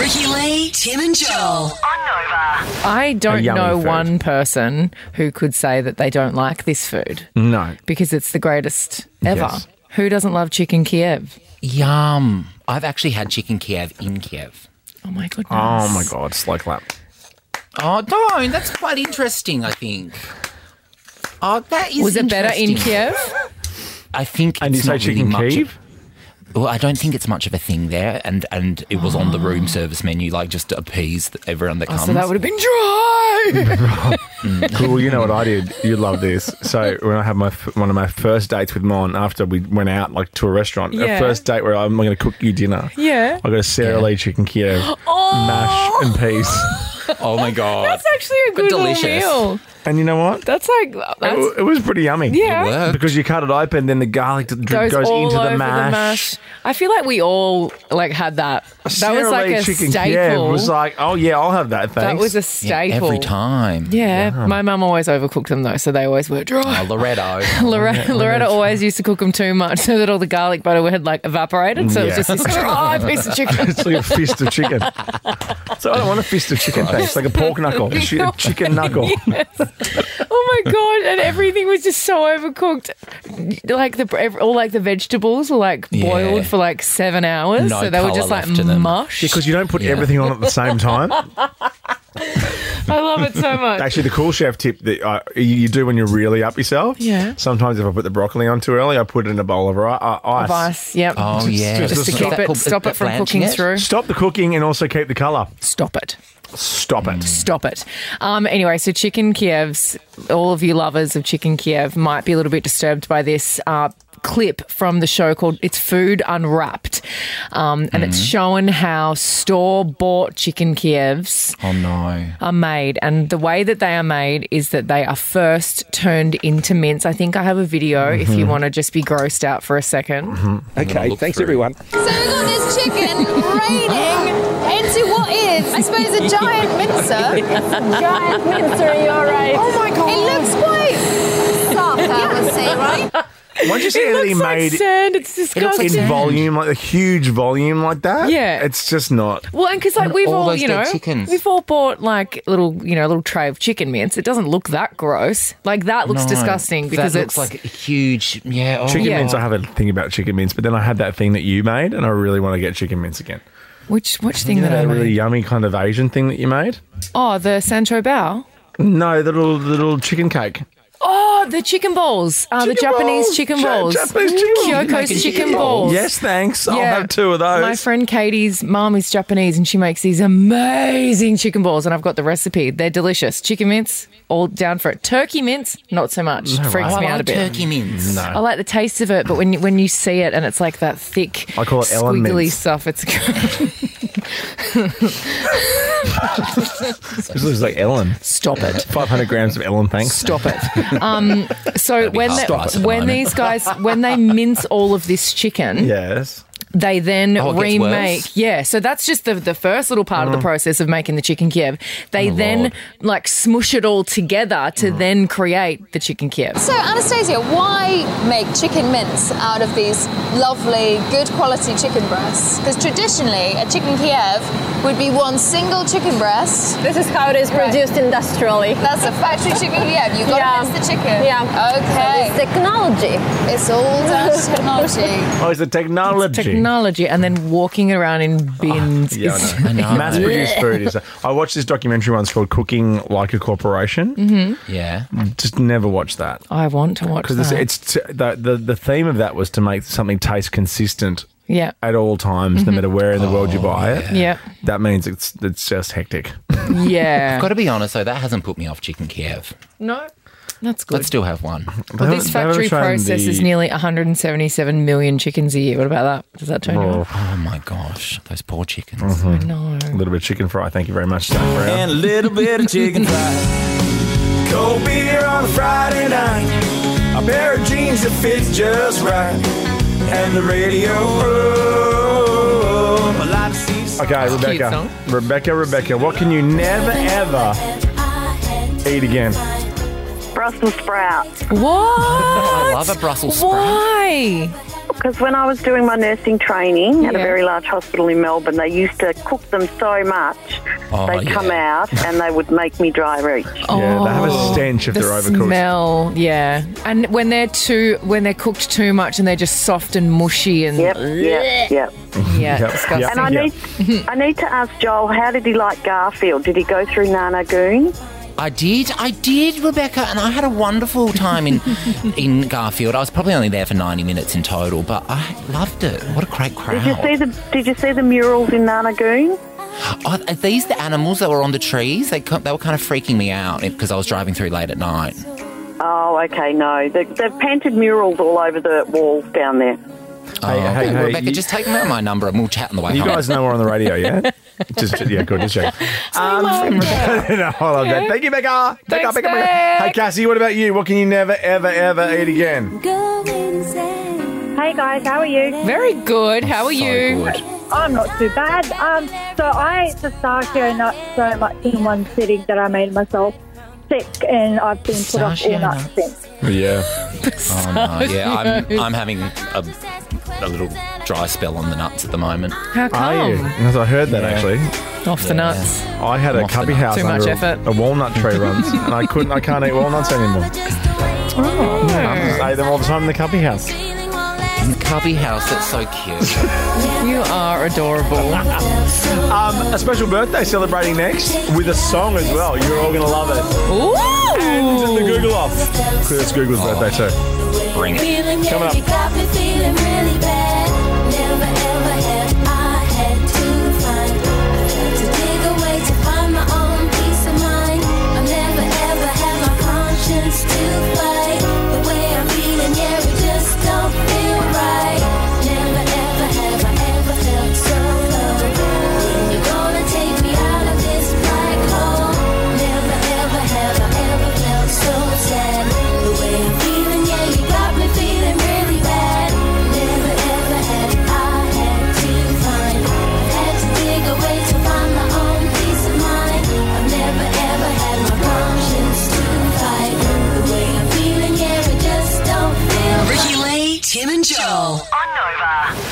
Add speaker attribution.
Speaker 1: Jackie, Tim, and Joel.
Speaker 2: I don't
Speaker 3: yummy
Speaker 2: know
Speaker 3: food.
Speaker 2: one person who could say that they don't like this food
Speaker 3: No.
Speaker 2: because it's the greatest ever.
Speaker 3: Mm. Yes.
Speaker 2: Who doesn't love chicken Kiev?
Speaker 4: Yum. I've actually had chicken Kiev in Kiev.
Speaker 2: Oh my goodness.
Speaker 3: Oh my god, slow clap.
Speaker 4: Oh, don't. That's quite interesting, I think. Oh, that is
Speaker 2: Was it better in
Speaker 4: interesting.
Speaker 2: Kiev?
Speaker 4: I think
Speaker 3: And you
Speaker 4: it's
Speaker 3: say
Speaker 4: not really
Speaker 3: chicken
Speaker 4: much
Speaker 3: Kiev?
Speaker 4: Well, I don't think it's much of a thing there, and and it was on the room service menu, like just to appease th- everyone that comes.
Speaker 2: Ah. Oh, So that would have been dry.
Speaker 3: Cool. You know what I did? You love this. So when I had my f- one of my first dates with Mon after we went out like to a restaurant,
Speaker 2: Yeah.
Speaker 3: a first date where I'm going to cook you dinner.
Speaker 2: Yeah. Oh.
Speaker 3: I got a Sara Lee chicken Kiev, mash and peas.
Speaker 4: oh my god!
Speaker 2: That's actually a good
Speaker 4: delicious.
Speaker 2: little meal.
Speaker 3: And you know what? It
Speaker 2: That's like, that's,
Speaker 3: w- it was pretty yummy.
Speaker 2: yeah.
Speaker 4: Worked.
Speaker 3: Because you cut it open, then the garlic d-
Speaker 2: goes,
Speaker 3: goes,
Speaker 2: all
Speaker 3: into
Speaker 2: over
Speaker 3: the mash.
Speaker 2: I feel like we all like had that. That was
Speaker 3: Sara
Speaker 2: like
Speaker 3: Lee
Speaker 2: a
Speaker 3: chicken Kiev
Speaker 2: staple.
Speaker 3: was like, oh yeah, I'll have that.
Speaker 2: that
Speaker 3: Thanks.
Speaker 2: was a
Speaker 4: Yeah,
Speaker 2: staple.
Speaker 4: every time.
Speaker 2: Yeah, my mum always overcooked them though, so they always were
Speaker 4: Oh,
Speaker 2: dry.
Speaker 4: Loretto.
Speaker 2: Loretta, Loretta always used to cook them too much so that all the garlic butter had like evaporated, so it was
Speaker 3: Yeah.
Speaker 2: just this dry piece of chicken.
Speaker 3: It's like a fist of chicken. So I don't want a fist of chicken, thanks. Like a pork knuckle, a chi- a chicken knuckle.
Speaker 2: Oh my god! And everything was just so overcooked. Like the ev- all like the vegetables were like boiled
Speaker 4: Yeah.
Speaker 2: for like seven hours,
Speaker 4: No
Speaker 2: so they were
Speaker 4: colour
Speaker 2: just like
Speaker 4: left to them.
Speaker 2: mush.
Speaker 3: Because you don't put
Speaker 4: Yeah.
Speaker 3: everything on at the same time.
Speaker 2: I love it so much.
Speaker 3: Actually, the cool chef tip that I, you- you do when you're really up yourself.
Speaker 2: Yeah.
Speaker 3: Sometimes if I put the broccoli on too early, I put it in a bowl of ri- uh, ice.
Speaker 2: Vice, yep.
Speaker 4: Oh yeah,
Speaker 2: just to
Speaker 3: Is
Speaker 2: keep
Speaker 3: that
Speaker 2: it, stop it from cooking through.
Speaker 3: Stop the cooking and also keep the colour.
Speaker 2: Stop it.
Speaker 3: Stop it.
Speaker 2: Stop it. Um, anyway, so Chicken Kiev's, all of you lovers of Chicken Kiev might be a little bit disturbed by this uh, clip from the show called It's Food Unwrapped. Um, and it's
Speaker 3: Mm-hmm.
Speaker 2: showing how store bought Chicken Kiev's
Speaker 4: Oh no.
Speaker 2: are made. And the way that they are made is that they are first turned into mince. I think I have a video if
Speaker 3: Mm-hmm.
Speaker 2: you want to just be grossed out for a 2nd
Speaker 5: Okay,
Speaker 4: look
Speaker 5: thanks
Speaker 4: through.
Speaker 5: everyone.
Speaker 6: So we got this chicken raining into what is, I suppose, a giant mincer. giant mincer, you're right. Oh my god. It looks quite soft, I would say, right?
Speaker 3: Once you see
Speaker 2: It
Speaker 3: anything
Speaker 2: looks like
Speaker 3: made
Speaker 2: sand. It's disgusting.
Speaker 3: in volume, like a huge volume like that,
Speaker 2: Yeah.
Speaker 3: it's just not.
Speaker 2: Well, and because like we've
Speaker 4: all
Speaker 2: all,
Speaker 4: those
Speaker 2: you know,
Speaker 4: dead chickens.
Speaker 2: we've all bought like little, you know, little tray of chicken mince. It doesn't look that gross. Like that looks
Speaker 4: No,
Speaker 2: disgusting because
Speaker 4: that
Speaker 2: it's
Speaker 4: looks like a huge. Yeah. Oh,
Speaker 3: Chicken
Speaker 2: Yeah.
Speaker 3: mince, I have a thing about chicken mince, but then I had that thing that you made, and I really want to get chicken mince again.
Speaker 2: which which thing that I
Speaker 3: That
Speaker 2: made?
Speaker 3: really yummy kind of Asian thing that you made?
Speaker 2: Oh, the Sancho Bao.
Speaker 3: No, the little, the little chicken cake.
Speaker 2: Oh, the chicken balls. Uh, the
Speaker 3: Chicken
Speaker 2: Japanese
Speaker 3: balls.
Speaker 2: chicken
Speaker 3: Ja-
Speaker 2: balls.
Speaker 3: Japanese chicken balls.
Speaker 2: Kyoko's
Speaker 3: Making
Speaker 2: chicken, balls.
Speaker 3: Yes, thanks. I'll
Speaker 2: Yeah.
Speaker 3: have two of those.
Speaker 2: My friend Katie's mum is Japanese and she makes these amazing chicken balls, and I've got the recipe. They're delicious. Chicken mince, all down for it. Turkey mince, not so much. Freaks
Speaker 4: Oh, I
Speaker 2: me out
Speaker 4: like
Speaker 2: a bit.
Speaker 4: turkey mince. No.
Speaker 2: I like the taste of it, but when you, when you see it and it's like that thick,
Speaker 3: I call it Ellen
Speaker 2: squiggly
Speaker 3: mince.
Speaker 2: stuff, it's
Speaker 3: This looks like Ellen.
Speaker 2: stop it.
Speaker 3: 500 grams of Ellen, thanks.
Speaker 2: Stop it. Um, so when
Speaker 4: hard
Speaker 2: the-
Speaker 4: for us at the
Speaker 2: when
Speaker 4: moment.
Speaker 2: these guys when they mince all of this chicken,
Speaker 3: Yes.
Speaker 2: they then
Speaker 4: Oh, it gets worse?
Speaker 2: remake. Yeah, so that's just the the first little part of the process of making the chicken Kiev. They then
Speaker 4: Lord.
Speaker 2: like smush it all together to then create the chicken Kiev.
Speaker 6: So, Anastasia, why make chicken mince out of these lovely, good quality chicken breasts? Because traditionally, a chicken Kiev would be one single chicken breast.
Speaker 7: This is how it is produced industrially.
Speaker 6: That's a factory chicken Kiev. You've got
Speaker 7: Yeah.
Speaker 6: to mince the chicken.
Speaker 7: Yeah.
Speaker 6: Okay.
Speaker 7: Technology.
Speaker 6: It's all down to technology.
Speaker 3: Oh, it's a technology.
Speaker 2: Technology and then walking around in bins
Speaker 3: Yeah,
Speaker 2: is
Speaker 3: I know. Mass produced food is. I watched this documentary once called Cooking Like a Corporation.
Speaker 2: Mm-hmm.
Speaker 4: Yeah.
Speaker 3: Just never watched that.
Speaker 2: I want to watch
Speaker 3: Because
Speaker 2: that.
Speaker 3: it's, it's t- the, the, the theme of that was to make something taste consistent
Speaker 2: yeah. Mm-hmm.
Speaker 3: at all times, no matter where in the world you buy it.
Speaker 2: Yeah.
Speaker 3: That means it's it's just hectic.
Speaker 2: Yeah.
Speaker 4: Got to be honest though, that hasn't put me off chicken Kiev.
Speaker 2: No. That's good.
Speaker 4: Let's still have one.
Speaker 2: Well, this
Speaker 3: They haven't- they
Speaker 2: factory
Speaker 3: haven't shown
Speaker 2: processes
Speaker 3: the-
Speaker 2: nearly 177 million chickens a year. What about that? Does that turn you off?
Speaker 4: Oh my gosh, those poor chickens.
Speaker 3: Mm-hmm.
Speaker 2: No.
Speaker 3: A little bit of chicken fry. Thank you very much, Sam Brown.
Speaker 8: and a little bit of chicken fried. Cold beer on a Friday night, a pair of jeans that fits just right, and the radio. Oh, a lot of seats-
Speaker 3: Okay, Rebecca.
Speaker 2: song.
Speaker 3: Rebecca, Rebecca, what can you never ever eat again?
Speaker 9: Bro,
Speaker 1: Brussels sprout.
Speaker 2: What?
Speaker 4: I love a Brussels sprout.
Speaker 2: Why?
Speaker 1: Because when I was doing my nursing training at a
Speaker 2: Yeah.
Speaker 1: very large hospital in Melbourne, they used to cook them so much
Speaker 4: Oh,
Speaker 1: they'd
Speaker 4: yeah.
Speaker 1: come out and they would make me dry roach.
Speaker 3: Yeah, they have a stench if
Speaker 2: Oh, The
Speaker 3: they're overcooked.
Speaker 2: smell, yeah, and when they're too when they're cooked too much and they're just soft and mushy and
Speaker 1: Yep, yep, yep.
Speaker 2: yeah,
Speaker 3: Yep,
Speaker 2: disgusting.
Speaker 3: yep.
Speaker 1: And I
Speaker 3: Yeah.
Speaker 1: need, I need to ask Joel, how did he like Garfield? Did he go through Nana Goon?
Speaker 4: I did, I did, Rebecca, and I had a wonderful time in in Garfield. I was probably only there for ninety minutes in total, but I loved it. What a great crowd!
Speaker 1: Did you see the Did you see the murals in Nana Goon?
Speaker 4: Are, are these the animals that were on the trees? They co- they were kind of freaking me out because I was driving through late at night.
Speaker 1: Oh, okay, no, they, they've painted murals all over the walls down there.
Speaker 3: Hey,
Speaker 4: Oh,
Speaker 3: hey,
Speaker 4: good.
Speaker 3: hey,
Speaker 4: Rebecca,
Speaker 3: you-
Speaker 4: just take them out my number and we'll chat on the way
Speaker 3: You
Speaker 4: home.
Speaker 3: guys know we're on the radio, yeah? just yeah, good. Just check. Um, no, I love that. Thank you, Becca. Becca,
Speaker 2: Thanks,
Speaker 3: Becca, Becca.
Speaker 2: Beck.
Speaker 3: Hey, Cassie, what about you? What can you never, ever, ever eat again?
Speaker 5: Hey guys, how are you?
Speaker 2: Very good. How are
Speaker 4: So
Speaker 2: you?
Speaker 4: good.
Speaker 5: I'm not too bad. Um, so I ate pistachio nuts so much in one sitting that I made myself sick, and I've been put off
Speaker 4: Pistachio
Speaker 5: all nuts
Speaker 4: nuts.
Speaker 5: since.
Speaker 3: Yeah.
Speaker 4: Oh, no. Yeah, I'm, I'm having a, a little dry spell on the nuts at the moment.
Speaker 2: How
Speaker 3: Are you?
Speaker 2: come?
Speaker 3: Yes, I heard that actually.
Speaker 2: Off the nuts.
Speaker 3: I had a
Speaker 4: Off the
Speaker 3: cubby
Speaker 4: nuts.
Speaker 3: house
Speaker 2: Too much
Speaker 3: under a-
Speaker 2: effort.
Speaker 3: a walnut tree once, and I couldn't. I can't eat walnuts anymore.
Speaker 2: Oh.
Speaker 3: I ate them all the time in the cubby house.
Speaker 4: In the cubby house, that's so cute.
Speaker 2: You are adorable.
Speaker 3: Um, a special birthday celebrating next with a song as well. You're all gonna love it. This is the
Speaker 2: Ooh.
Speaker 3: Google off. 'Cause It's Google's birthday too.
Speaker 4: Bring it.
Speaker 3: Coming up.
Speaker 9: Ricky Lee, Tim and Joel.
Speaker 1: On Nova.